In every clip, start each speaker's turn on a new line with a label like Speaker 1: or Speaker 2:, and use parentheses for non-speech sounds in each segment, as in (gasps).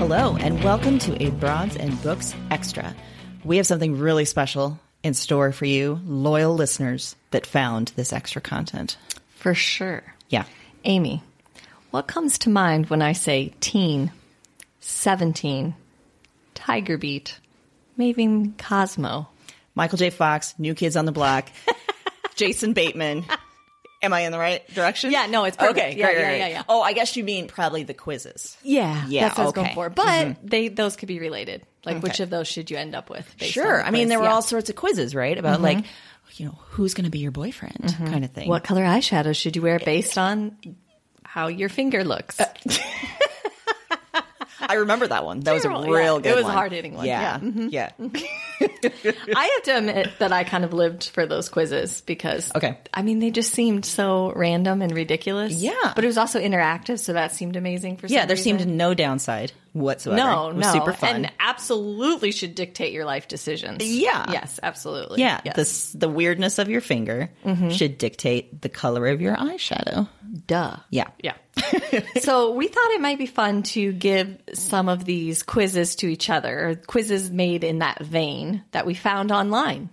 Speaker 1: Hello, and welcome to a Broads and Books Extra. We have something really special in store for you, loyal listeners that found this extra content.
Speaker 2: For sure.
Speaker 1: Yeah.
Speaker 2: Amy, what comes to mind when I say teen, 17, Tiger Beat, maybe even Cosmo?
Speaker 1: Michael J. Fox, New Kids on the (laughs) Block, Jason Bateman. Am I in the right direction?
Speaker 2: Yeah, no, it's perfect.
Speaker 1: Okay,
Speaker 2: Yeah,
Speaker 1: great,
Speaker 2: yeah,
Speaker 1: great,
Speaker 2: yeah,
Speaker 1: great.
Speaker 2: yeah.
Speaker 1: Oh, I guess you mean probably the quizzes.
Speaker 2: Yeah,
Speaker 1: Yeah,
Speaker 2: that's what I was
Speaker 1: okay. Mm-hmm.
Speaker 2: going for. But they those could be related. Like, which
Speaker 1: Okay.
Speaker 2: of those should you end up with? based on
Speaker 1: Sure.
Speaker 2: the
Speaker 1: I mean,
Speaker 2: quiz?
Speaker 1: there were
Speaker 2: Yeah.
Speaker 1: all sorts of quizzes, right? About like, you know, who's going to be your boyfriend kind of thing.
Speaker 2: what color eyeshadow should you wear based on how your finger looks?
Speaker 1: Uh, I remember that one. That was a
Speaker 2: Terrible.
Speaker 1: real
Speaker 2: Yeah,
Speaker 1: good
Speaker 2: it
Speaker 1: one.
Speaker 2: was a hard-hitting one.
Speaker 1: Yeah. Mm-hmm. Yeah.
Speaker 2: (laughs) I have to admit that I kind of lived for those quizzes because,
Speaker 1: Okay.
Speaker 2: I mean, they just seemed so random and ridiculous.
Speaker 1: Yeah.
Speaker 2: but it was also interactive, so that seemed amazing for some
Speaker 1: Yeah, there
Speaker 2: reason.
Speaker 1: seemed no downside whatsoever.
Speaker 2: no,
Speaker 1: It was
Speaker 2: no,
Speaker 1: super fun.
Speaker 2: and absolutely should dictate your life decisions.
Speaker 1: Yeah.
Speaker 2: yes, absolutely.
Speaker 1: yeah,
Speaker 2: yes.
Speaker 1: this the weirdness of your finger should dictate the color of your eyeshadow.
Speaker 2: duh.
Speaker 1: Yeah,
Speaker 2: Yeah. so we thought it might be fun to give some of these quizzes to each other, or quizzes made in that vein that we found online.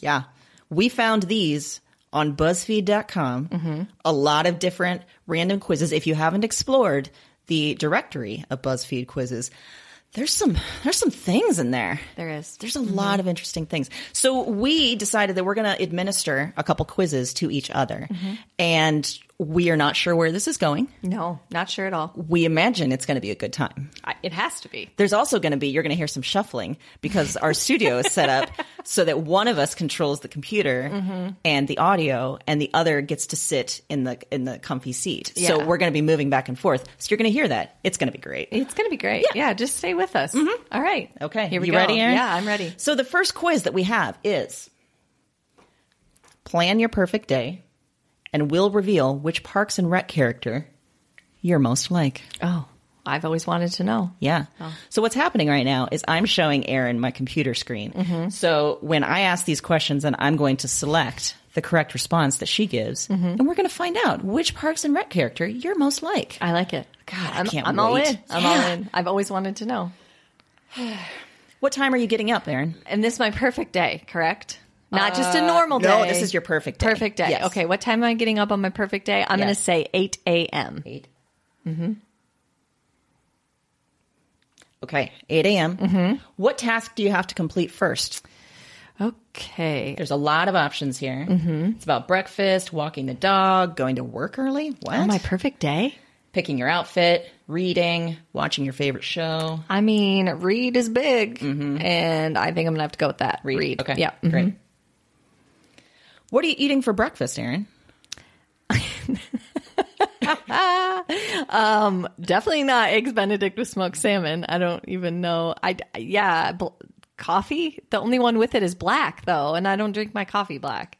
Speaker 1: yeah. We found these on BuzzFeed.com.
Speaker 2: Mm-hmm.
Speaker 1: A lot of different random quizzes. If you haven't explored the directory of BuzzFeed quizzes, there's some there's some things in there.
Speaker 2: There is. Mm-hmm.
Speaker 1: There's a lot of interesting things. So we decided that we're going to administer a couple quizzes to each other,
Speaker 2: Mm-hmm.
Speaker 1: and we are not sure where this is going.
Speaker 2: No, not sure at all.
Speaker 1: We imagine it's going to be a good time.
Speaker 2: I, it has to be.
Speaker 1: There's also going to be, you're going to hear some shuffling because our studio is set up so that one of us controls the computer and the audio and the other gets to sit in the, in the comfy seat.
Speaker 2: Yeah.
Speaker 1: So we're going to be moving back and forth. So you're going to hear that. It's going to be great.
Speaker 2: It's going to be great. Yeah. just stay with us. All right.
Speaker 1: Okay.
Speaker 2: Here we
Speaker 1: you
Speaker 2: go.
Speaker 1: ready, Erin?
Speaker 2: Yeah, I'm ready.
Speaker 1: So the first quiz that we have is plan your perfect day and we'll reveal which parks and rec character you're most like.
Speaker 2: Oh, I've always wanted to know.
Speaker 1: Yeah.
Speaker 2: Oh.
Speaker 1: So what's happening right now is I'm showing Aaron my computer screen.
Speaker 2: Mm-hmm.
Speaker 1: So when I ask these questions, then I'm going to select the correct response that she gives,
Speaker 2: Mm-hmm.
Speaker 1: and we're going to find out which Parks and Rec character you're most like.
Speaker 2: I like it.
Speaker 1: God, I
Speaker 2: I'm,
Speaker 1: can't
Speaker 2: I'm all
Speaker 1: wait.
Speaker 2: in. I'm
Speaker 1: Yeah.
Speaker 2: all in. I've always wanted to know.
Speaker 1: What time are you getting up, Aaron?
Speaker 2: And this is my perfect day, correct? Not just a normal day.
Speaker 1: No, this is your perfect day.
Speaker 2: perfect day.
Speaker 1: Yes.
Speaker 2: Okay, what time am I getting up on my perfect day? I'm going
Speaker 1: Yes.
Speaker 2: to say 8 a.m.
Speaker 1: 8 Mm-hmm. Okay, 8 a.m. Mm-hmm. What task do you have to complete first?
Speaker 2: Okay.
Speaker 1: There's a lot of options
Speaker 2: Oh
Speaker 1: here. Mm-hmm. It's about breakfast, walking the dog, going to work early. What?
Speaker 2: On my perfect day?
Speaker 1: picking your outfit, reading, watching your favorite show.
Speaker 2: I mean, read is big, and I think I'm gonna have to go with that. Read,
Speaker 1: Okay.
Speaker 2: yeah, Mm-hmm.
Speaker 1: Great. What are you eating for breakfast, Aaron?
Speaker 2: definitely not eggs Benedict with smoked salmon. I don't even know. I yeah, bl- coffee. The only one with it is black though, and I don't drink my coffee black.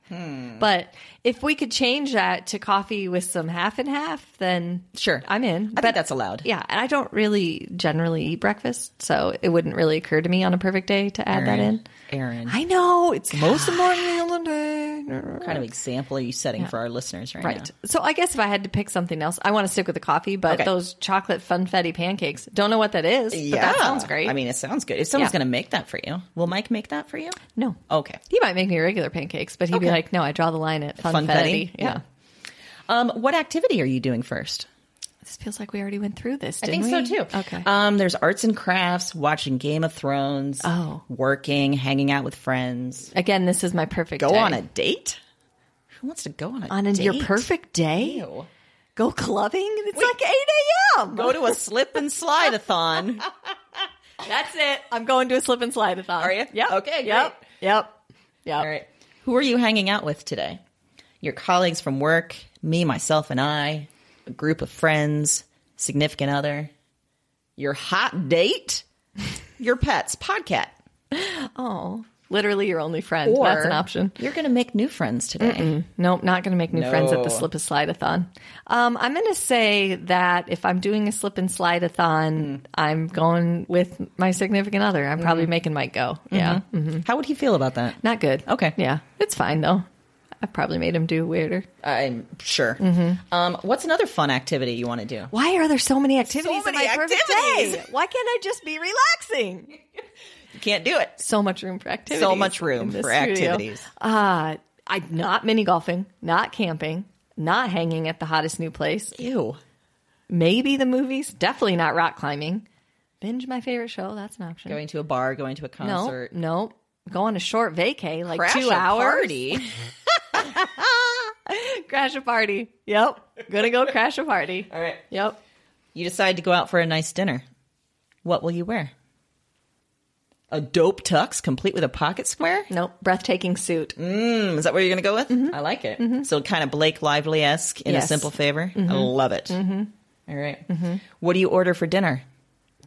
Speaker 2: But if we could change that to coffee with some half and half, then
Speaker 1: Sure.
Speaker 2: I'm in.
Speaker 1: I bet that's allowed.
Speaker 2: Yeah, and I don't really generally eat breakfast, so it wouldn't really occur to me on a perfect day to add that in.
Speaker 1: Aaron,
Speaker 2: I know it's
Speaker 1: Most
Speaker 2: important meal of the day.
Speaker 1: what kind of example are you setting for our listeners right,
Speaker 2: Right. So I guess if I had to pick something else, I want to stick with the coffee, but
Speaker 1: Okay.
Speaker 2: those chocolate funfetti pancakes. Don't know what that is,
Speaker 1: now?
Speaker 2: but that sounds great.
Speaker 1: I mean, it sounds good. If someone's
Speaker 2: Yeah.
Speaker 1: going to make that for you, will Mike make that for you?
Speaker 2: no.
Speaker 1: Okay.
Speaker 2: He might make me regular pancakes, but he'd be
Speaker 1: oh. Okay.
Speaker 2: like, no, I draw the line at funfetti.
Speaker 1: Funfetti?
Speaker 2: Yeah.
Speaker 1: Yeah. Um, what activity are you doing first?
Speaker 2: This feels like we already went through this, didn't we? Okay.
Speaker 1: Um, there's arts and crafts, watching Game of Thrones,
Speaker 2: Oh.
Speaker 1: working, hanging out with friends.
Speaker 2: Again, this is my perfect
Speaker 1: Go
Speaker 2: day.
Speaker 1: on a date? Who wants to go on a
Speaker 2: On a-
Speaker 1: date?
Speaker 2: your perfect day?
Speaker 1: Ew.
Speaker 2: Go clubbing? It's
Speaker 1: Wait.
Speaker 2: like 8 a.m.
Speaker 1: Go to a slip and slide a thon.
Speaker 2: That's it. I'm going to a slip and slide a thon.
Speaker 1: Are you?
Speaker 2: Yep.
Speaker 1: Okay,
Speaker 2: Yep. Yep.
Speaker 1: (laughs)
Speaker 2: Yep.
Speaker 1: All right. Who are you hanging out with today? Your colleagues from work, me, myself, and I, a group of friends, significant other, your hot date, your pets, podcat.
Speaker 2: Oh, literally your only friend. That's an option.
Speaker 1: You're going to make new friends today.
Speaker 2: Nope, not going to make new friends at the
Speaker 1: No.
Speaker 2: slip and slide a thon. Um, I'm going to say that if I'm doing a slip and slide a thon, I'm going with my significant other. I'm probably making Mike go. Yeah. Mm-hmm.
Speaker 1: How would he feel about that?
Speaker 2: Not good.
Speaker 1: Okay.
Speaker 2: Yeah. It's fine though. I probably made him do weirder.
Speaker 1: I'm sure. Um, what's another fun activity you want to do?
Speaker 2: Why are there so many activities
Speaker 3: So
Speaker 2: in
Speaker 3: many
Speaker 2: my perfect
Speaker 3: activities.
Speaker 2: day? Why can't I just be relaxing?
Speaker 1: You can't do it.
Speaker 2: So much room for activities.
Speaker 1: So much room
Speaker 2: in this
Speaker 1: for
Speaker 2: studio.
Speaker 1: activities.
Speaker 2: Uh, I'm not mini golfing, not camping, not hanging at the hottest new place.
Speaker 1: Ew.
Speaker 2: maybe the movies. Definitely not rock climbing. Binge my favorite show. That's an option.
Speaker 1: Going to a bar, going to a
Speaker 2: no,
Speaker 1: concert,
Speaker 2: no. Go on a short vacay, like
Speaker 1: Crash
Speaker 2: two
Speaker 1: a
Speaker 2: hours.
Speaker 1: party.
Speaker 2: (laughs) Crash a party. Yep. Gonna go crash a party.
Speaker 1: (laughs) All right.
Speaker 2: Yep.
Speaker 1: You decide to go out for a nice dinner. What will you wear? A dope tux complete with a pocket square?
Speaker 2: Nope. Breathtaking suit.
Speaker 1: Mm, is that where you're going to go with? I like it. So kind of Blake Lively esque in a
Speaker 2: Yes.
Speaker 1: simple favor. I love it. All right. What do you order for dinner?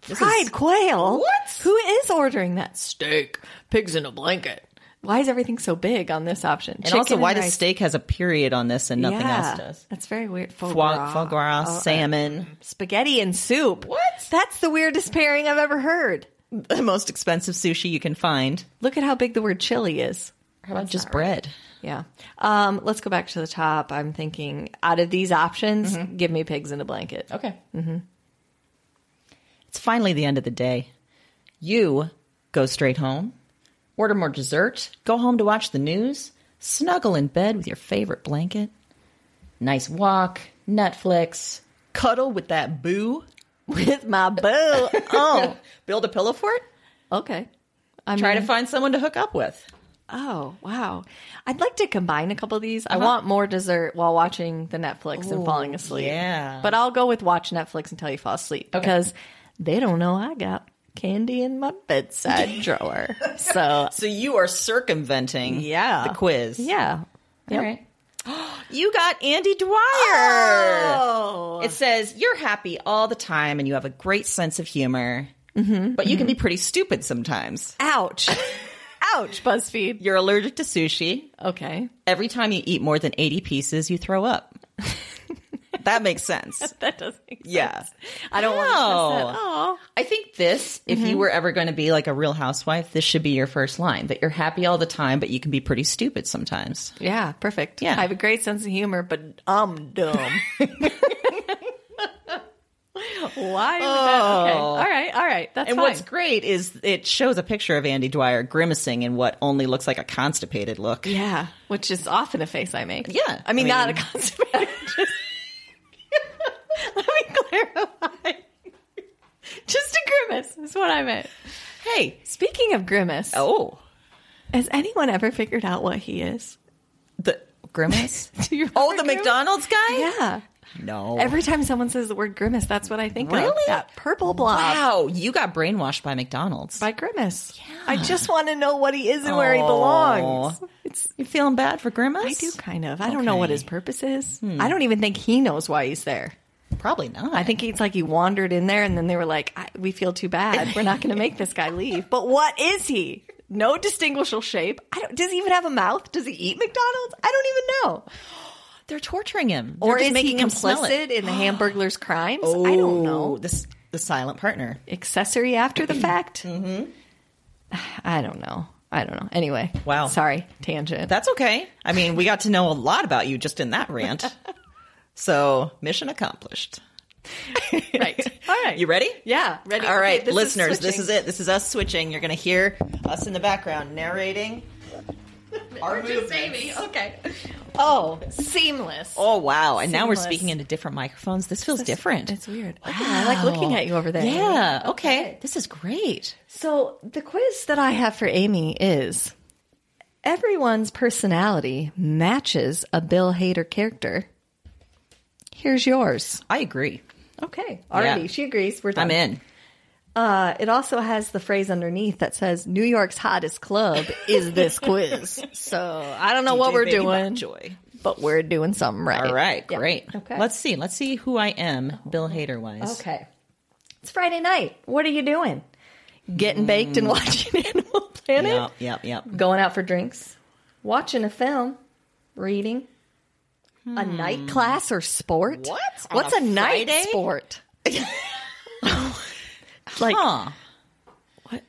Speaker 1: This is-
Speaker 2: Fried quail.
Speaker 1: What?
Speaker 2: Who is ordering that steak? Pigs in a blanket. Why is everything so big on this option?
Speaker 1: and also, why does steak has a period on this and nothing else does?
Speaker 2: That's very weird. Foie,
Speaker 1: Foie, foie gras,
Speaker 2: Oh, uh,
Speaker 1: salmon,
Speaker 2: spaghetti and soup.
Speaker 1: What?
Speaker 2: That's the weirdest pairing I've ever heard.
Speaker 1: (laughs) the most expensive sushi you can find.
Speaker 2: Look at how big the word chili is.
Speaker 1: How about just bread?
Speaker 2: Yeah. Um, let's go back to the top. I'm thinking out of these options,
Speaker 1: Mm-hmm.
Speaker 2: give me pigs in a blanket. (laughs)
Speaker 1: Okay. Mm-hmm. It's finally the end of the day. You go straight home, order more dessert, go home to watch the news, snuggle in bed with your favorite blanket, nice walk, Netflix, cuddle with that boo,
Speaker 2: With
Speaker 1: (laughs)
Speaker 2: my boo. Oh.
Speaker 1: build a pillow fort,
Speaker 2: okay. I'm
Speaker 1: try to find someone to hook up with.
Speaker 2: Oh, wow. I'd like to combine a couple of these.
Speaker 1: Uh-huh.
Speaker 2: I want more dessert while watching the Netflix and falling asleep.
Speaker 1: yeah.
Speaker 2: But I'll go with watch Netflix until you fall asleep because they don't know I got candy in my
Speaker 1: (laughs)
Speaker 2: bedside drawer. So,
Speaker 1: So you are circumventing
Speaker 2: Yeah.
Speaker 1: the quiz.
Speaker 2: yeah.
Speaker 1: All
Speaker 2: Yep.
Speaker 1: right. (gasps) You got Andy Dwyer.
Speaker 2: Oh.
Speaker 1: It says you're happy all the time and you have a great sense of humor, but you can be pretty stupid sometimes. (laughs)
Speaker 2: Ouch. Ouch, BuzzFeed.
Speaker 1: You're allergic to sushi.
Speaker 2: Okay.
Speaker 1: Every time you eat more than 80 pieces, you throw (laughs) up. that makes sense.
Speaker 2: That doesn't make sense.
Speaker 1: Yeah.
Speaker 2: I don't want to miss
Speaker 1: Wow.
Speaker 2: that. Oh.
Speaker 1: (laughs) I think this, if you were ever going to be like a real housewife, this should be your first line that you're happy all the time, but you can be pretty stupid sometimes.
Speaker 2: Yeah, perfect.
Speaker 1: Yeah.
Speaker 2: I have a great sense of humor, but I'm dumb. (laughs) Why would that? Okay. All right. All right. That's
Speaker 1: And
Speaker 2: fine.
Speaker 1: what's great is it shows a picture of Andy Dwyer grimacing in what only looks like a constipated look.
Speaker 2: yeah, which is often a face I make.
Speaker 1: Yeah,
Speaker 2: I mean,
Speaker 1: I
Speaker 2: not a
Speaker 1: mean-
Speaker 2: (laughs) constipated. Just, let me clarify. Just a grimace is what I meant.
Speaker 1: Hey.
Speaker 2: Speaking of grimace,
Speaker 1: Oh.
Speaker 2: has anyone ever figured out what he is?
Speaker 1: The grimace?
Speaker 2: Do you
Speaker 1: oh, the (laughs)
Speaker 2: remember Grimace?
Speaker 1: McDonald's guy?
Speaker 2: Yeah.
Speaker 1: No.
Speaker 2: Every time someone says the word grimace, that's what I think of.
Speaker 1: Really?
Speaker 2: That purple blob
Speaker 1: wow, you got brainwashed by McDonald's.
Speaker 2: by grimace. I just want to know what he is and where he belongs.
Speaker 1: Aw. you feeling bad for Grimace?
Speaker 2: I do kind of. I don't know what his purpose is. I don't even think he knows why he's there.
Speaker 1: Probably not.
Speaker 2: I think it's like he wandered in there and then they were like, I, we feel too bad. We're not going to make this guy leave. (laughs) But what is he? No distinguishable shape. I don't, does he even have a mouth? Does he eat McDonald's? I don't even know.
Speaker 1: they're torturing him. They're
Speaker 2: Or
Speaker 1: just
Speaker 2: is he
Speaker 1: making him smell it.
Speaker 2: complicit (gasps) in the Hamburglar's crimes? I don't know.
Speaker 1: Oh, This the silent partner.
Speaker 2: Accessory after the (clears throat) fact? mm-hmm. (sighs) I don't know. I don't know. Anyway.
Speaker 1: Wow.
Speaker 2: Sorry. Tangent.
Speaker 1: That's okay. I mean, we got to know a lot about you just in that rant.
Speaker 2: (laughs)
Speaker 1: so, mission accomplished.
Speaker 2: (laughs) right. (laughs) All right.
Speaker 1: You ready?
Speaker 2: Yeah. Ready.
Speaker 1: All right,
Speaker 2: Okay, this is
Speaker 1: listeners, this
Speaker 2: switching.
Speaker 1: is it. This is us switching. You're going to hear us in the background
Speaker 2: (laughs)
Speaker 1: narrating our movements.
Speaker 2: Okay. Oh, seamless.
Speaker 1: Oh wow! And now we're
Speaker 2: Seamless.
Speaker 1: speaking into different microphones. This feels different.
Speaker 2: It's weird. Okay, I like looking at you over there.
Speaker 1: Yeah. Okay. This is great.
Speaker 2: So the quiz that I have for Amy is everyone's personality matches a Bill Hader character. Here's yours.
Speaker 1: I agree.
Speaker 2: Okay. Already.
Speaker 1: Yeah.
Speaker 2: She agrees. We're done.
Speaker 1: I'm in.
Speaker 2: Uh, it also has the phrase underneath that says New York's hottest club
Speaker 1: (laughs)
Speaker 2: is this quiz. So I don't know what
Speaker 1: DJ
Speaker 2: we're
Speaker 1: Baby
Speaker 2: doing,
Speaker 1: Joy.
Speaker 2: but we're doing something right.
Speaker 1: All right.
Speaker 2: Yeah.
Speaker 1: Great.
Speaker 2: Okay.
Speaker 1: Let's see. Let's see who I am, Bill Hader wise.
Speaker 2: Okay. It's Friday night. What are you doing? Getting baked
Speaker 1: Mm.
Speaker 2: and watching (laughs) Animal Planet?
Speaker 1: Yep. Yep. Yep.
Speaker 2: Going out for drinks? Watching a film? Reading? A night class or sport?
Speaker 1: Hmm. What? On
Speaker 2: What's
Speaker 1: a
Speaker 2: a, night
Speaker 1: Friday? (laughs)
Speaker 2: sport? (laughs) like
Speaker 1: Huh. What?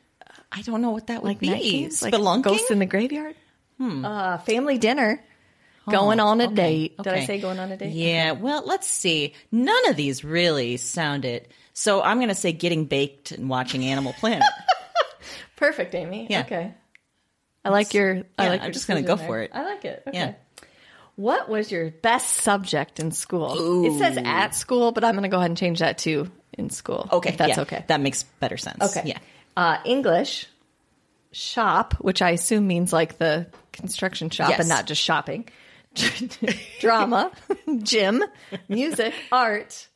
Speaker 1: I don't know what that would
Speaker 2: like
Speaker 1: be.
Speaker 2: night games? Like
Speaker 1: Spelunking?
Speaker 2: ghosts in the graveyard? Uh, family dinner? Going on a date? Oh, Did I
Speaker 1: Okay.
Speaker 2: say going on a date?
Speaker 1: Yeah. Well, let's see. None of these really sound it. So I'm going to say getting baked and watching Animal (laughs) Planet.
Speaker 2: Perfect, Amy.
Speaker 1: Yeah.
Speaker 2: Okay. I like your. I
Speaker 1: yeah,
Speaker 2: like
Speaker 1: I'm
Speaker 2: your
Speaker 1: just gonna
Speaker 2: decision
Speaker 1: go for
Speaker 2: there.
Speaker 1: it.
Speaker 2: I like it. Okay.
Speaker 1: Yeah.
Speaker 2: What was your best subject in school? It says at school, but I'm going to go ahead and change that to in school.
Speaker 1: Okay.
Speaker 2: if that's
Speaker 1: yeah.
Speaker 2: okay.
Speaker 1: That makes better sense.
Speaker 2: okay.
Speaker 1: Yeah.
Speaker 2: Uh, English shop, which I assume means like the construction shop
Speaker 1: Yes.
Speaker 2: and not just shopping. (laughs) Drama, gym, music, art,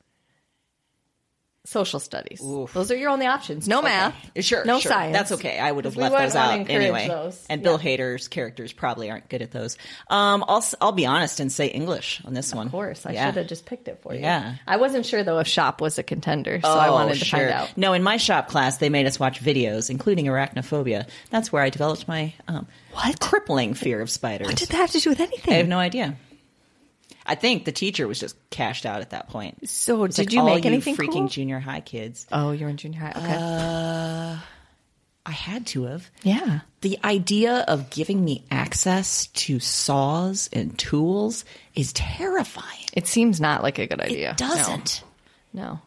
Speaker 2: social studies. Those are your only options. Uh, No math.
Speaker 1: Sure.
Speaker 2: No
Speaker 1: sure.
Speaker 2: science.
Speaker 1: That's okay. I would have
Speaker 2: We
Speaker 1: left
Speaker 2: wouldn't
Speaker 1: those
Speaker 2: wanna
Speaker 1: out
Speaker 2: encourage
Speaker 1: anyway.
Speaker 2: those.
Speaker 1: And Bill Hader's characters probably aren't good at those. Um, I'll s- I'll be honest and say English on this one.
Speaker 2: Of course. I should have just picked it for you.
Speaker 1: Yeah.
Speaker 2: I wasn't sure though if shop was a contender, so I wanted to find out.
Speaker 1: Oh, No, in my shop class, they made us watch videos, including arachnophobia. That's where I developed my um,
Speaker 2: What?
Speaker 1: crippling fear of spiders.
Speaker 2: What did that have to do with anything?
Speaker 1: I have no idea. I think the teacher was just cashed out at that point.
Speaker 2: so
Speaker 1: It's
Speaker 2: did
Speaker 1: like,
Speaker 2: you
Speaker 1: all
Speaker 2: make anything
Speaker 1: freaking
Speaker 2: cool?
Speaker 1: junior high kids?
Speaker 2: oh, you're in junior high. Okay.
Speaker 1: I had to have.
Speaker 2: yeah.
Speaker 1: The idea of giving me access to saws and tools is terrifying.
Speaker 2: It seems not like a good idea.
Speaker 1: It doesn't.
Speaker 2: No.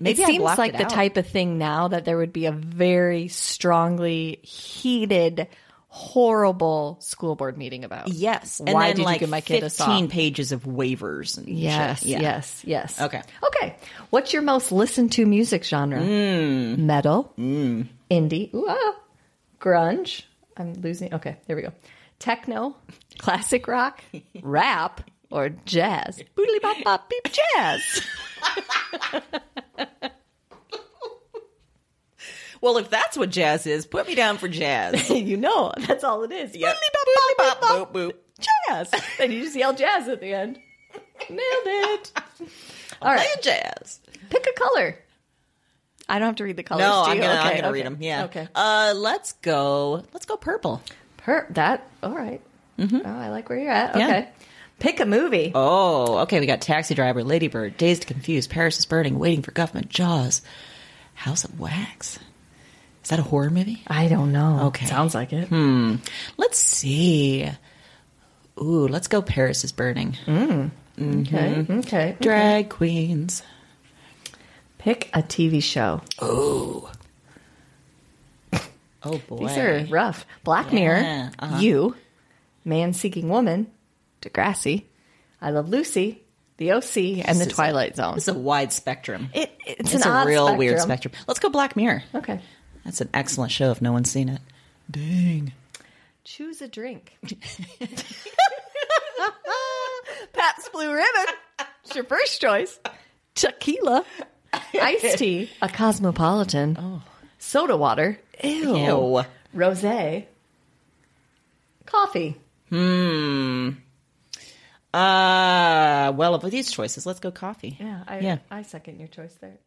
Speaker 1: Maybe
Speaker 2: it
Speaker 1: I
Speaker 2: seems
Speaker 1: blocked
Speaker 2: like
Speaker 1: it
Speaker 2: the
Speaker 1: out.
Speaker 2: type of thing now that there would be a very strongly heated, horrible school board meeting about.
Speaker 1: Yes. And
Speaker 2: Why
Speaker 1: then,
Speaker 2: did
Speaker 1: like,
Speaker 2: you give my kid a saw?
Speaker 1: Fifteen pages of waivers. And shit.
Speaker 2: Yes,
Speaker 1: Yeah.
Speaker 2: yes, yes.
Speaker 1: Okay.
Speaker 2: Okay. What's your most listened to music genre?
Speaker 1: Hmm.
Speaker 2: Metal, indie, ooh, ah, grunge. I'm losing. Okay, there we go. Techno,
Speaker 1: (laughs)
Speaker 2: classic rock, rap, or jazz. Boodly bop bop beep jazz.
Speaker 1: Well, if that's what jazz is, put me down for
Speaker 2: (laughs)
Speaker 1: jazz.
Speaker 2: (laughs) you know, that's all it is.
Speaker 1: Yep.
Speaker 2: Boodly bop bop boop bop.
Speaker 1: Boop, boop.
Speaker 2: jazz. and you just yell jazz at the end.
Speaker 1: (laughs)
Speaker 2: Nailed it. All right,
Speaker 1: Play jazz.
Speaker 2: pick a color. I don't have to read the colors.
Speaker 1: No,
Speaker 2: do
Speaker 1: I'm
Speaker 2: you?
Speaker 1: gonna, I'm
Speaker 2: Okay,
Speaker 1: gonna
Speaker 2: okay.
Speaker 1: read them. Yeah.
Speaker 2: Okay.
Speaker 1: Uh, let's go. Let's go purple.
Speaker 2: Per that. All right. Oh, I like where you're at.
Speaker 1: Mm-hmm. Yeah.
Speaker 2: Okay. Pick a movie.
Speaker 1: Oh, okay. We got Taxi Driver, Ladybird, Dazed and Confused, Paris is Burning, Waiting for Government, Jaws, House of Wax. Is that a horror movie?
Speaker 2: I don't know.
Speaker 1: Okay. Hmm,
Speaker 2: Sounds like it.
Speaker 1: Let's see. Ooh, let's go. Paris is Burning.
Speaker 2: Mm-hmm. Okay.
Speaker 1: hmm.
Speaker 2: Okay.
Speaker 1: Drag queens.
Speaker 2: Pick a TV show.
Speaker 1: Oh boy.
Speaker 2: These are rough. Black
Speaker 1: Yeah,
Speaker 2: Mirror.
Speaker 1: uh-huh.
Speaker 2: You. Man Seeking Woman. Degrassi. I Love Lucy. The OC and The
Speaker 1: is a-
Speaker 2: Twilight Zone.
Speaker 1: This is a wide spectrum.
Speaker 2: It, it's,
Speaker 1: it's
Speaker 2: an
Speaker 1: a
Speaker 2: odd
Speaker 1: real
Speaker 2: spectrum.
Speaker 1: weird spectrum. Let's go. Black Mirror.
Speaker 2: Okay.
Speaker 1: That's an excellent show. If no one's seen it. Dang.
Speaker 2: Choose a (laughs) drink. Pat's Blue Ribbon. It's your first choice. Tequila, (laughs) iced tea, a cosmopolitan, Oh. soda water, ew,
Speaker 1: Ew.
Speaker 2: rosé, coffee.
Speaker 1: Uh, well, of these choices, let's go coffee.
Speaker 2: Yeah, I,
Speaker 1: Yeah.
Speaker 2: I second your choice there.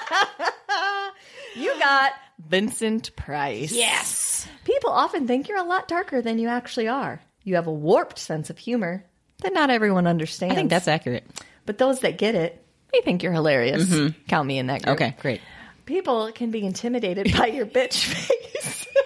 Speaker 2: (laughs) you got Vincent Price.
Speaker 1: Yes.
Speaker 2: People often think you're a lot darker than you actually are. You have a warped sense of humor that not everyone understands.
Speaker 1: I think that's accurate.
Speaker 2: But those that get it, they think you're hilarious. Count me in that group.
Speaker 1: Okay, great.
Speaker 2: People can be intimidated by your bitch face. (laughs)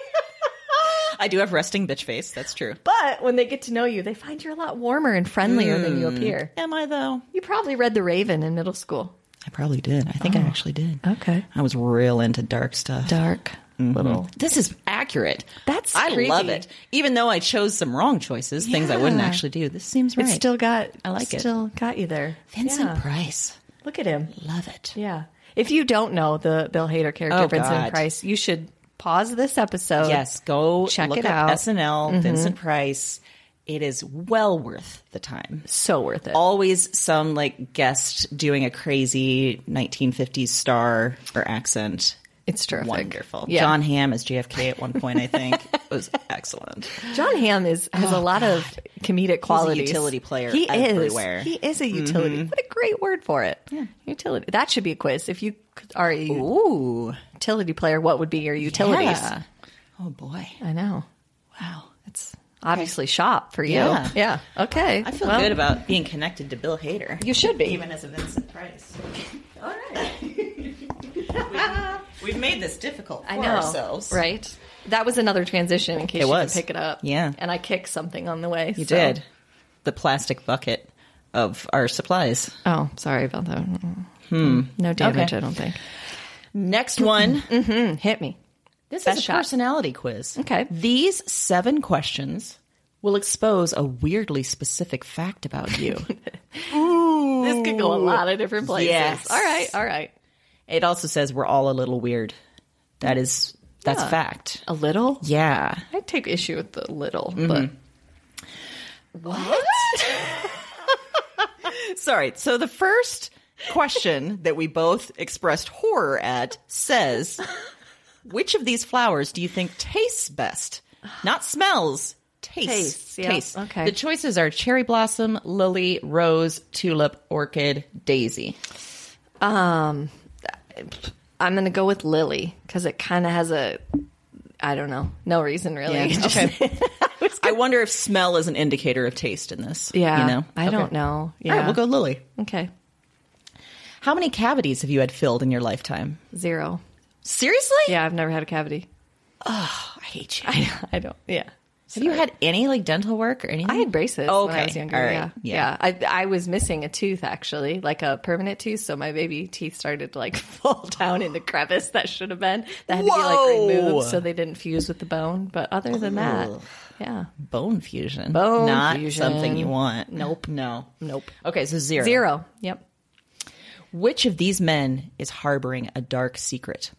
Speaker 1: I do have resting bitch face. That's true.
Speaker 2: but when they get to know you, they find you're a lot warmer and friendlier than you appear.
Speaker 1: Am I though?
Speaker 2: You probably read The Raven in middle school.
Speaker 1: I probably did. I think I actually did.
Speaker 2: Okay.
Speaker 1: I was real into Oh. dark stuff.
Speaker 2: Dark little.
Speaker 1: This is accurate.
Speaker 2: That's
Speaker 1: I love
Speaker 2: creepy.
Speaker 1: it. Even though I chose some wrong choices, things I wouldn't actually do. This seems right.
Speaker 2: It still got I
Speaker 1: like it.
Speaker 2: Still got you there.
Speaker 1: Vincent
Speaker 2: Yeah.
Speaker 1: Price.
Speaker 2: Look at him.
Speaker 1: Love it.
Speaker 2: Yeah. If you don't know the Bill Hader character
Speaker 1: Oh,
Speaker 2: Vincent
Speaker 1: God.
Speaker 2: Price, you should pause this episode.
Speaker 1: Yes, go
Speaker 2: Check
Speaker 1: look
Speaker 2: it
Speaker 1: up
Speaker 2: out.
Speaker 1: SNL Vincent Price. It is well worth the time.
Speaker 2: So worth it.
Speaker 1: Always some like guest doing a crazy 1950s star or accent.
Speaker 2: it's terrific.
Speaker 1: Wonderful.
Speaker 2: Yeah.
Speaker 1: John Hamm as JFK at one point, I (laughs) think, It was excellent.
Speaker 2: John Hamm is has
Speaker 1: Oh,
Speaker 2: a lot of comedic qualities.
Speaker 1: utility player
Speaker 2: He
Speaker 1: everywhere. Mm-hmm.
Speaker 2: is. He is a utility. What a great word for it. Yeah, utility. That should be a quiz. If you could- are a
Speaker 1: Ooh,
Speaker 2: utility player, what would be your utilities?
Speaker 1: utilities. Oh boy,
Speaker 2: I know.
Speaker 1: wow.
Speaker 2: It's obviously shop for you.
Speaker 1: Yeah.
Speaker 2: Yeah. Okay.
Speaker 1: I feel
Speaker 2: Well,
Speaker 1: good about being connected to Bill Hader.
Speaker 2: You should be.
Speaker 1: even as a Vincent Price. (laughs) All right, we've, we've made this difficult for
Speaker 2: I know.
Speaker 1: ourselves,
Speaker 2: Right. That was another transition in case
Speaker 1: It
Speaker 2: you
Speaker 1: was.
Speaker 2: can pick it up.
Speaker 1: Yeah.
Speaker 2: And I kicked something on the way.
Speaker 1: You did the plastic bucket of our supplies.
Speaker 2: Oh, sorry about that. No damage,
Speaker 1: Hmm. Okay.
Speaker 2: I don't think.
Speaker 1: Next one.
Speaker 2: Hit
Speaker 1: Mm-hmm.
Speaker 2: me.
Speaker 1: This
Speaker 2: Best
Speaker 1: is a
Speaker 2: shot.
Speaker 1: personality quiz.
Speaker 2: Okay.
Speaker 1: These seven questions will expose a weirdly specific fact about (laughs) you.
Speaker 2: This could go a lot of different places.
Speaker 1: Yes.
Speaker 2: All right. All right.
Speaker 1: it also says we're all a little weird. That is that's
Speaker 2: Yeah.
Speaker 1: fact.
Speaker 2: A little?
Speaker 1: Yeah.
Speaker 2: I take issue with the little,
Speaker 1: Mm-hmm.
Speaker 2: but
Speaker 1: (laughs) Sorry. So the first question that we both expressed horror at says which of these flowers do you think tastes best? Not smells. Tastes.
Speaker 2: Tastes, yeah.
Speaker 1: Tastes.
Speaker 2: Okay.
Speaker 1: The choices are cherry blossom, lily, rose, tulip, orchid, daisy.
Speaker 2: I'm going to go with Lily because it kind of has a, I don't know, no reason really. (laughs) Just-
Speaker 1: Okay. I wonder if smell is an indicator of taste in this.
Speaker 2: yeah.
Speaker 1: You know?
Speaker 2: I
Speaker 1: Okay.
Speaker 2: don't know. Yeah.
Speaker 1: All right, we'll go Lily.
Speaker 2: Okay.
Speaker 1: How many cavities have you had filled in your lifetime?
Speaker 2: Zero.
Speaker 1: Seriously?
Speaker 2: Yeah. I've never had a cavity. (laughs)
Speaker 1: I hate you.
Speaker 2: I don't. Yeah.
Speaker 1: have you had any like dental work or anything?
Speaker 2: I had braces
Speaker 1: Oh,
Speaker 2: when I
Speaker 1: okay.
Speaker 2: was younger.
Speaker 1: All right.
Speaker 2: Yeah.
Speaker 1: Yeah.
Speaker 2: yeah, I I was missing a tooth actually, like a permanent tooth. So my baby teeth started to like (laughs) fall down in the crevice that should have been. That had to
Speaker 1: Whoa.
Speaker 2: be like removed so they didn't fuse with the bone. But other than that,
Speaker 1: Ugh.
Speaker 2: yeah,
Speaker 1: bone fusion.
Speaker 2: Bone
Speaker 1: Not
Speaker 2: fusion.
Speaker 1: something you want. Nope. No.
Speaker 2: Nope.
Speaker 1: Okay, so zero.
Speaker 2: zero. Yep.
Speaker 1: Which of these men is harboring a dark secret?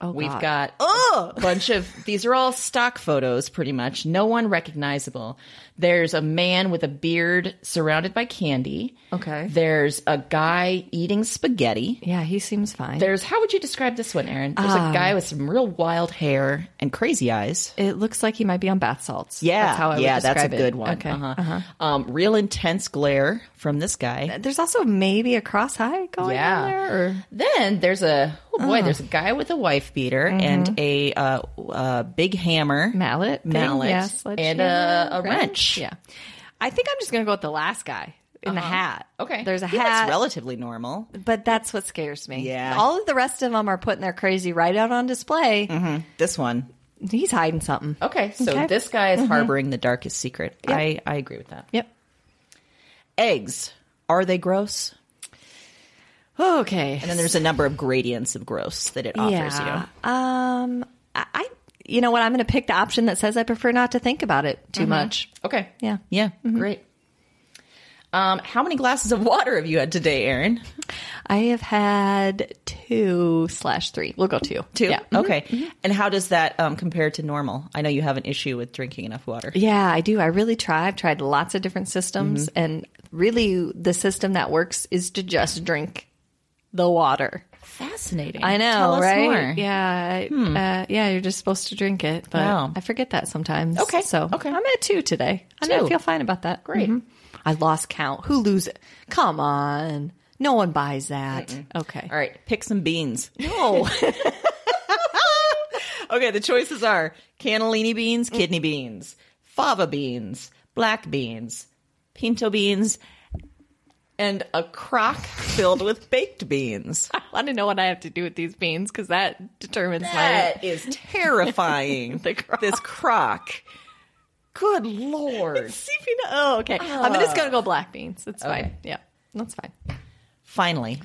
Speaker 2: Oh,
Speaker 1: We've
Speaker 2: God.
Speaker 1: got a bunch of these are all stock photos, pretty much. No one recognizable. There's a man with a beard surrounded by candy.
Speaker 2: Okay.
Speaker 1: There's a guy eating spaghetti.
Speaker 2: Yeah, he seems fine.
Speaker 1: There's how would you describe this one, Aaron? There's a guy with some real wild hair and crazy eyes.
Speaker 2: it looks like he might be on bath salts.
Speaker 1: Yeah,
Speaker 2: that's how I would
Speaker 1: yeah, that's a
Speaker 2: describe it.
Speaker 1: good one.
Speaker 2: Okay.
Speaker 1: Uh-huh. Um, real intense glare from this guy.
Speaker 2: There's also maybe a cross high going
Speaker 1: Yeah.
Speaker 2: on there. Or...
Speaker 1: Then there's a oh boy, there's a guy with a wife beater
Speaker 2: Mm-hmm.
Speaker 1: and a uh, uh, big hammer,
Speaker 2: mallet, thing?
Speaker 1: mallet,
Speaker 2: yeah,
Speaker 1: and
Speaker 2: sledgehammer,
Speaker 1: a, a wrench. Uh-huh.
Speaker 2: Yeah, I think I'm just gonna go with the last guy in the hat.
Speaker 1: Okay,
Speaker 2: there's a
Speaker 1: Yeah, that's
Speaker 2: hat,
Speaker 1: relatively normal.
Speaker 2: but that's what scares me.
Speaker 1: Yeah.
Speaker 2: all of the rest of them are putting their crazy right out on display.
Speaker 1: This one.
Speaker 2: He's hiding something.
Speaker 1: Okay, so
Speaker 2: Okay.
Speaker 1: this guy is harboring the darkest secret. I I agree with that.
Speaker 2: Yep.
Speaker 1: Eggs are they gross?
Speaker 2: Okay.
Speaker 1: And then there's a number of gradients of gross that it offers
Speaker 2: yeah.
Speaker 1: you.
Speaker 2: Um, I, I, you know what? I'm gonna pick the option that says I prefer not to think about it
Speaker 1: Mm-hmm.
Speaker 2: too much.
Speaker 1: Okay.
Speaker 2: Yeah. Mm-hmm.
Speaker 1: Yeah. Great. Um, how many glasses of water have you had today, Erin?
Speaker 2: I have had two slash three. We'll go two.
Speaker 1: Two.
Speaker 2: Yeah.
Speaker 1: Okay. And how does that um, compare to normal? I know you have an issue with drinking enough water.
Speaker 2: Yeah, I do. I really try. I've tried lots of different systems,
Speaker 1: Mm-hmm.
Speaker 2: and really, the system that works is to just drink the water.
Speaker 1: Fascinating.
Speaker 2: I know,
Speaker 1: Tell us
Speaker 2: right?
Speaker 1: more. Hmm.
Speaker 2: Yeah, I- uh, yeah. You're just supposed to drink it, but
Speaker 1: Wow.
Speaker 2: I forget that sometimes.
Speaker 1: Okay,
Speaker 2: so
Speaker 1: okay.
Speaker 2: I'm at two today. and
Speaker 1: Two.
Speaker 2: I feel fine about that. Great. I lost count. Who lose it? Come on, no one buys that. Okay. Oh,
Speaker 1: All right. Pick some (laughs) beans.
Speaker 2: No.
Speaker 1: Okay, the choices are cannellini beans, kidney beans, fava beans, black beans, pinto beans, and a crock filled (laughs) with baked beans.
Speaker 2: (laughs) I want to know what I have to do with these beans because that determines
Speaker 1: That is (laughs) terrifying.
Speaker 2: The crock.
Speaker 1: This crock. (laughs) Good lord. Ah.
Speaker 2: my CP. Oh, okay. I'm just gonna go black beans. That's fine. Yeah, that's fine.
Speaker 1: Finally,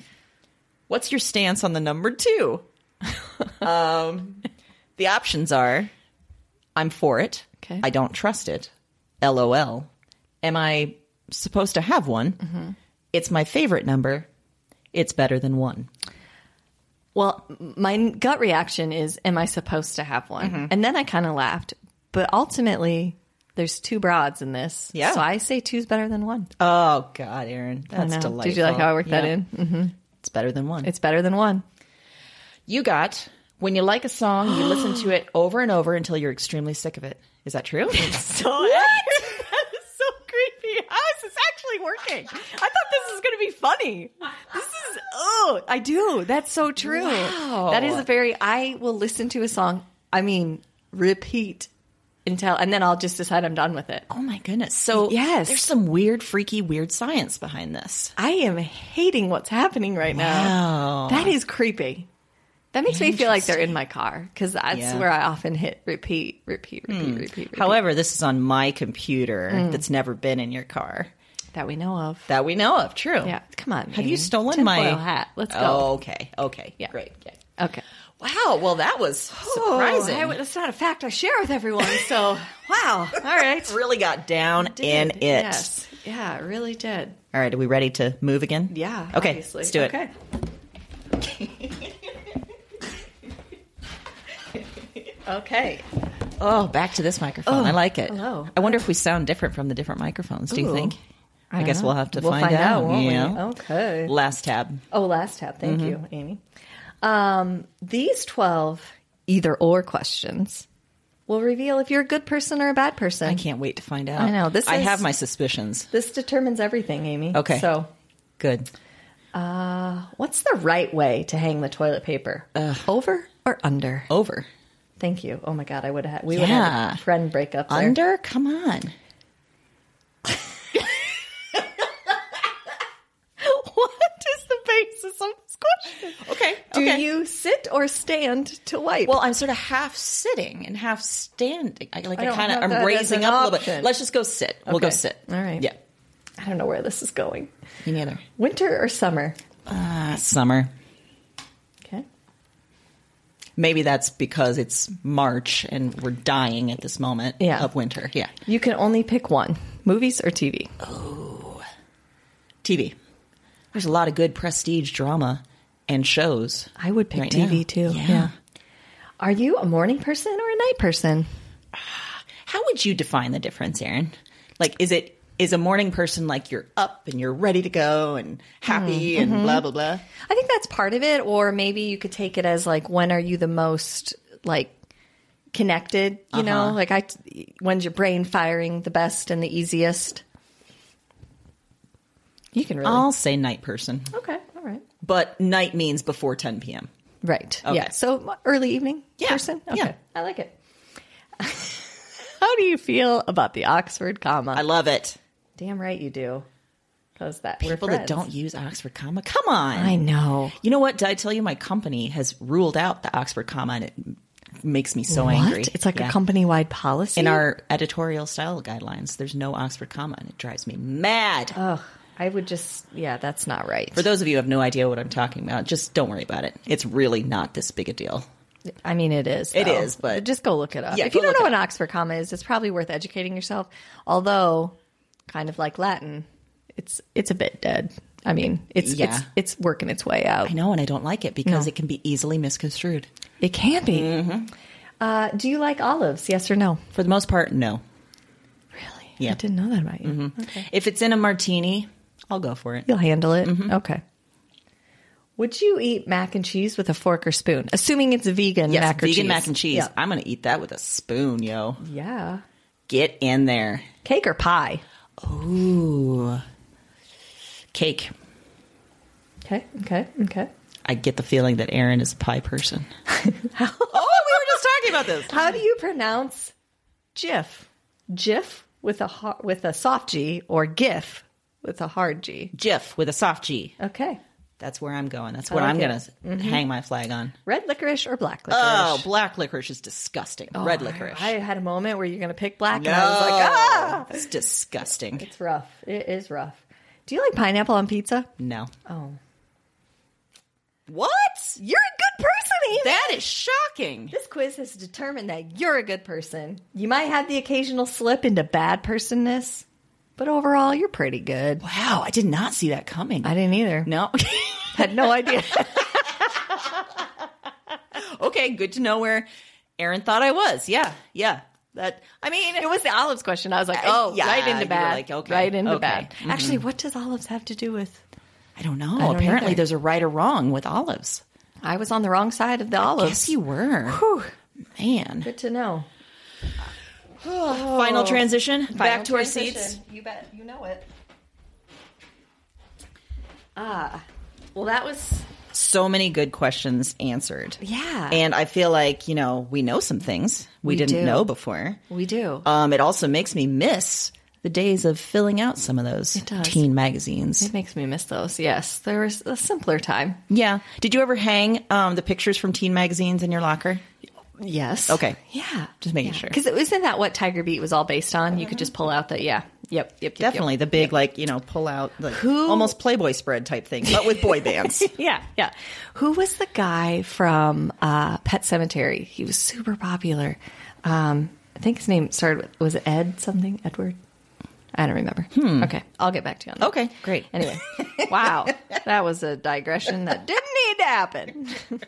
Speaker 1: what's your stance on the number (laughs) two? um, the options are I'm for it.
Speaker 2: Okay.
Speaker 1: I don't trust it. LOL. Am I supposed to have one? It's my favorite number. It's better than one.
Speaker 2: Well, m- my gut reaction is, am I supposed to have one? And then I kind of laughed. But ultimately, there's two broads in this.
Speaker 1: Yeah.
Speaker 2: So I say two's better than one.
Speaker 1: Oh, God, Aaron.
Speaker 2: I
Speaker 1: That's
Speaker 2: know.
Speaker 1: delightful.
Speaker 2: Did you like how I worked that
Speaker 1: Yeah.
Speaker 2: in? Mm,
Speaker 1: It's better than one.
Speaker 2: It's better than one.
Speaker 1: you got when you like a song, you listen to it over and over until you're extremely sick of it. Is that true?
Speaker 2: (laughs) So what? that is so creepy. How is this actually working? I thought this was going to be funny. This is oh, I do. That's so true. That is a very. I will listen to a song. I mean, repeat until, and then I'll just decide I'm done with it.
Speaker 1: Oh my goodness. So
Speaker 2: Yes.
Speaker 1: there's some weird, freaky, weird science behind this.
Speaker 2: I am hating what's happening right now. That is creepy. That makes me feel like they're in my car because that's
Speaker 1: Yeah.
Speaker 2: where I often hit repeat, repeat, repeat, repeat, repeat.
Speaker 1: However, this is on my computer
Speaker 2: Mm.
Speaker 1: that's never been in your car
Speaker 2: that we know of.
Speaker 1: that we know of. True.
Speaker 2: Yeah, come on.
Speaker 1: Have you stolen my
Speaker 2: hat? Let's
Speaker 1: Oh,
Speaker 2: go.
Speaker 1: okay. Okay.
Speaker 2: Yeah.
Speaker 1: Great. Okay.
Speaker 2: Okay.
Speaker 1: Wow. Well, that was surprising.
Speaker 2: Oh, I would- that's not a fact I share with everyone. (laughs) So, wow. All right.
Speaker 1: (laughs) really got down
Speaker 2: Did.
Speaker 1: in it.
Speaker 2: Yes. Yeah, it really did.
Speaker 1: All right. Are we ready to move again?
Speaker 2: Yeah.
Speaker 1: Okay.
Speaker 2: obviously.
Speaker 1: Let's do it.
Speaker 2: Okay. (laughs) okay.
Speaker 1: Oh, back to this microphone. I like it.
Speaker 2: Oh, hello.
Speaker 1: I wonder if we sound different from the different microphones. Do you
Speaker 2: Ooh.
Speaker 1: think? I,
Speaker 2: don't
Speaker 1: guess
Speaker 2: know.
Speaker 1: we'll have to
Speaker 2: We'll
Speaker 1: find,
Speaker 2: find out, won't we?
Speaker 1: Yeah.
Speaker 2: Okay.
Speaker 1: Last tab.
Speaker 2: Oh, last tab. Thank you, Amy. Um, these 12 either or questions will reveal if you're a good person or a bad person.
Speaker 1: I can't wait to find out.
Speaker 2: Oh. I know, this
Speaker 1: I
Speaker 2: is-
Speaker 1: have my suspicions.
Speaker 2: This determines everything, Amy.
Speaker 1: Okay.
Speaker 2: So,
Speaker 1: Good.
Speaker 2: what's the right way to hang the toilet paper? Over or under?
Speaker 1: Over.
Speaker 2: Thank you. Oh my God, I would have. We would have
Speaker 1: Yeah.
Speaker 2: a friend breakup. There.
Speaker 1: Under? Come
Speaker 2: (laughs)
Speaker 1: on. (laughs)
Speaker 2: what is the basis of this question?
Speaker 1: Okay.
Speaker 2: Do you sit or stand to wipe?
Speaker 1: Well, I'm sort of half sitting and half standing. I, like
Speaker 2: I
Speaker 1: I,
Speaker 2: don't
Speaker 1: kind
Speaker 2: have
Speaker 1: of
Speaker 2: that
Speaker 1: I'm
Speaker 2: as
Speaker 1: raising
Speaker 2: an
Speaker 1: up a little
Speaker 2: option.
Speaker 1: bit. Let's just go sit. We'll go
Speaker 2: Okay.
Speaker 1: sit.
Speaker 2: All right.
Speaker 1: Yeah.
Speaker 2: I don't know where this is going.
Speaker 1: Me neither.
Speaker 2: Winter or summer?
Speaker 1: Uh, summer.
Speaker 2: Okay.
Speaker 1: Maybe that's because it's March and we're dying at this moment
Speaker 2: Yeah.
Speaker 1: of winter. Yeah.
Speaker 2: You can only pick one movies or TV.
Speaker 1: TV. There's a lot of good prestige drama and shows.
Speaker 2: I would pick
Speaker 1: right
Speaker 2: TV
Speaker 1: now.
Speaker 2: too.
Speaker 1: Yeah.
Speaker 2: Are you a morning person or a night person?
Speaker 1: How would you define the difference, Erin? Like, is it is a morning person like you're up and you're ready to go and
Speaker 2: Mm-hmm.
Speaker 1: happy and blah blah blah?
Speaker 2: I think that's part of it. Or maybe you could take it as like, when are you the most like connected? You know, like I, when's your brain firing the best and the easiest? You can really.
Speaker 1: I'll say night person,
Speaker 2: okay. All right.
Speaker 1: but night means before 10 p.m.
Speaker 2: Right.
Speaker 1: Okay.
Speaker 2: Yeah. So early evening
Speaker 1: Yeah.
Speaker 2: person. Okay.
Speaker 1: Yeah.
Speaker 2: I like it. (laughs) How do you feel about the Oxford comma?
Speaker 1: I love it.
Speaker 2: Damn right you do. Because that we're
Speaker 1: People that
Speaker 2: friends.
Speaker 1: don't use Oxford comma, come on.
Speaker 2: I know.
Speaker 1: you know what? Did I tell you my company has ruled out the Oxford comma, and it makes me so angry.
Speaker 2: What? It's like
Speaker 1: Yeah.
Speaker 2: a company wide policy.
Speaker 1: in our editorial style guidelines. There's no Oxford comma, and it drives me mad.
Speaker 2: Ugh, I would just. Yeah, that's not right.
Speaker 1: For those of you who have no idea what I'm talking about, just don't worry about it. It's really not this big a deal.
Speaker 2: I mean, it is.
Speaker 1: It
Speaker 2: though.
Speaker 1: is, but-
Speaker 2: just go look it up.
Speaker 1: Yeah,
Speaker 2: if you
Speaker 1: go
Speaker 2: don't
Speaker 1: look
Speaker 2: know
Speaker 1: it
Speaker 2: what an Oxford comma is, it's probably worth educating yourself. Although, kind of like Latin, it's it's a bit dead. I mean, it's
Speaker 1: Yeah.
Speaker 2: it's it's working its way out.
Speaker 1: I know, and I don't like it because
Speaker 2: No.
Speaker 1: it can be easily misconstrued.
Speaker 2: It can be.
Speaker 1: Mm-hmm.
Speaker 2: Uh, do you like olives? Yes or no?
Speaker 1: For the most part, no.
Speaker 2: Really?
Speaker 1: Yeah. Mm-hmm.
Speaker 2: I didn't know that about you. Okay.
Speaker 1: If it's in a martini, I'll go for it.
Speaker 2: You'll handle it.
Speaker 1: Mm-hmm.
Speaker 2: Okay. Would you eat mac and cheese with a fork or spoon? Assuming it's vegan
Speaker 1: Yes,
Speaker 2: mac or
Speaker 1: vegan
Speaker 2: cheese.
Speaker 1: mac and cheese.
Speaker 2: Yeah.
Speaker 1: I'm gonna eat that with a spoon, yo.
Speaker 2: yeah.
Speaker 1: Get in there.
Speaker 2: Cake or pie?
Speaker 1: Ooh, cake.
Speaker 2: Okay. Okay. Okay.
Speaker 1: I get the feeling that Aaron is a pie (laughs) person. oh, we were just talking about this.
Speaker 2: How do you pronounce GIF? GIF with a har- with a soft G or GIF with a hard G?
Speaker 1: Jif with a soft G.
Speaker 2: Okay.
Speaker 1: That's where I'm going. That's what
Speaker 2: like
Speaker 1: I'm
Speaker 2: it.
Speaker 1: gonna s- hang my flag on.
Speaker 2: Red licorice or black licorice?
Speaker 1: Mm-hmm. Oh, black licorice is disgusting. Red licorice.
Speaker 2: I, I had a moment where you're going to pick black,
Speaker 1: no,
Speaker 2: and I was like, ah,
Speaker 1: it's disgusting.
Speaker 2: it's rough. It is rough. Do you like pineapple on pizza?
Speaker 1: No.
Speaker 2: Oh,
Speaker 1: What?
Speaker 2: you're a good person, Amy.
Speaker 1: That is shocking.
Speaker 2: this quiz has determined that you're a good person. You might have the occasional slip into bad personness, but overall, you're pretty good.
Speaker 1: Wow, I did not see that coming.
Speaker 2: I didn't either.
Speaker 1: (laughs) no.
Speaker 2: Had no idea. (laughs)
Speaker 1: okay, good to know where Aaron thought I was. Yeah, yeah. That
Speaker 2: I mean, it was the olives question. I was like,
Speaker 1: I-
Speaker 2: oh,
Speaker 1: yeah,
Speaker 2: right into
Speaker 1: you were
Speaker 2: bad.
Speaker 1: like, okay,
Speaker 2: right into
Speaker 1: okay.
Speaker 2: bad. Actually, what does olives have to do with?
Speaker 1: I don't know.
Speaker 2: don't
Speaker 1: Apparently,
Speaker 2: either.
Speaker 1: there's a right or wrong with olives.
Speaker 2: I was on the wrong side of the olives.
Speaker 1: Yes, you were. Man.
Speaker 2: Good to know.
Speaker 1: Final transition. Back
Speaker 2: Final
Speaker 1: to our
Speaker 2: transition.
Speaker 1: seats.
Speaker 2: You bet. You know it. Ah, well, that was
Speaker 1: So many good questions answered.
Speaker 2: yeah.
Speaker 1: And I feel like, you know, we know some things we,
Speaker 2: We
Speaker 1: didn't
Speaker 2: do.
Speaker 1: know before.
Speaker 2: we do.
Speaker 1: Um, it also makes me miss the days of filling out some of those
Speaker 2: does.
Speaker 1: teen magazines.
Speaker 2: it makes me miss those. Yes, there was a simpler time.
Speaker 1: Yeah. Did you ever hang um, the pictures from teen magazines in your locker?
Speaker 2: Yes.
Speaker 1: Okay.
Speaker 2: Yeah.
Speaker 1: Just making sure.
Speaker 2: Because it wasn't that what Tiger Beat was all based on. You could just pull out that. Yeah. Yep. Yep. yep,
Speaker 1: Definitely the big, like, you know, pull out, like,
Speaker 2: Who-
Speaker 1: almost Playboy spread type thing, but with
Speaker 2: (laughs)
Speaker 1: boy bands.
Speaker 2: Yep. Yeah. Yeah. Who was the guy from uh, Pet Cemetery? He was super popular. Um, I think his name started with was it Ed something Edward. I don't remember. Okay, I'll get back to you on that.
Speaker 1: Okay, great.
Speaker 2: Anyway, wow, (laughs) that was a digression that didn't need to happen. (laughs)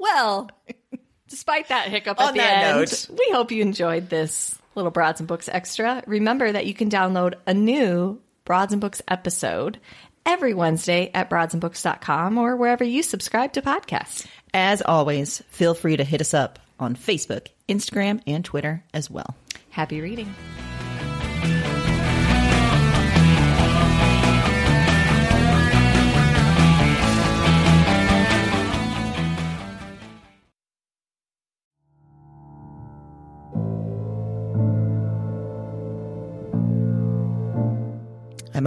Speaker 2: well, despite that hiccup at
Speaker 1: On
Speaker 2: the
Speaker 1: that
Speaker 2: end,
Speaker 1: note.
Speaker 2: we hope you enjoyed this little Broads and Books extra. Remember that you can download a new Broads and Books episode every Wednesday at broadsandbooks.com or wherever you subscribe to podcasts.
Speaker 1: As always, feel free to hit us up on Facebook, Instagram, and Twitter as well.
Speaker 2: Happy reading.
Speaker 4: I'm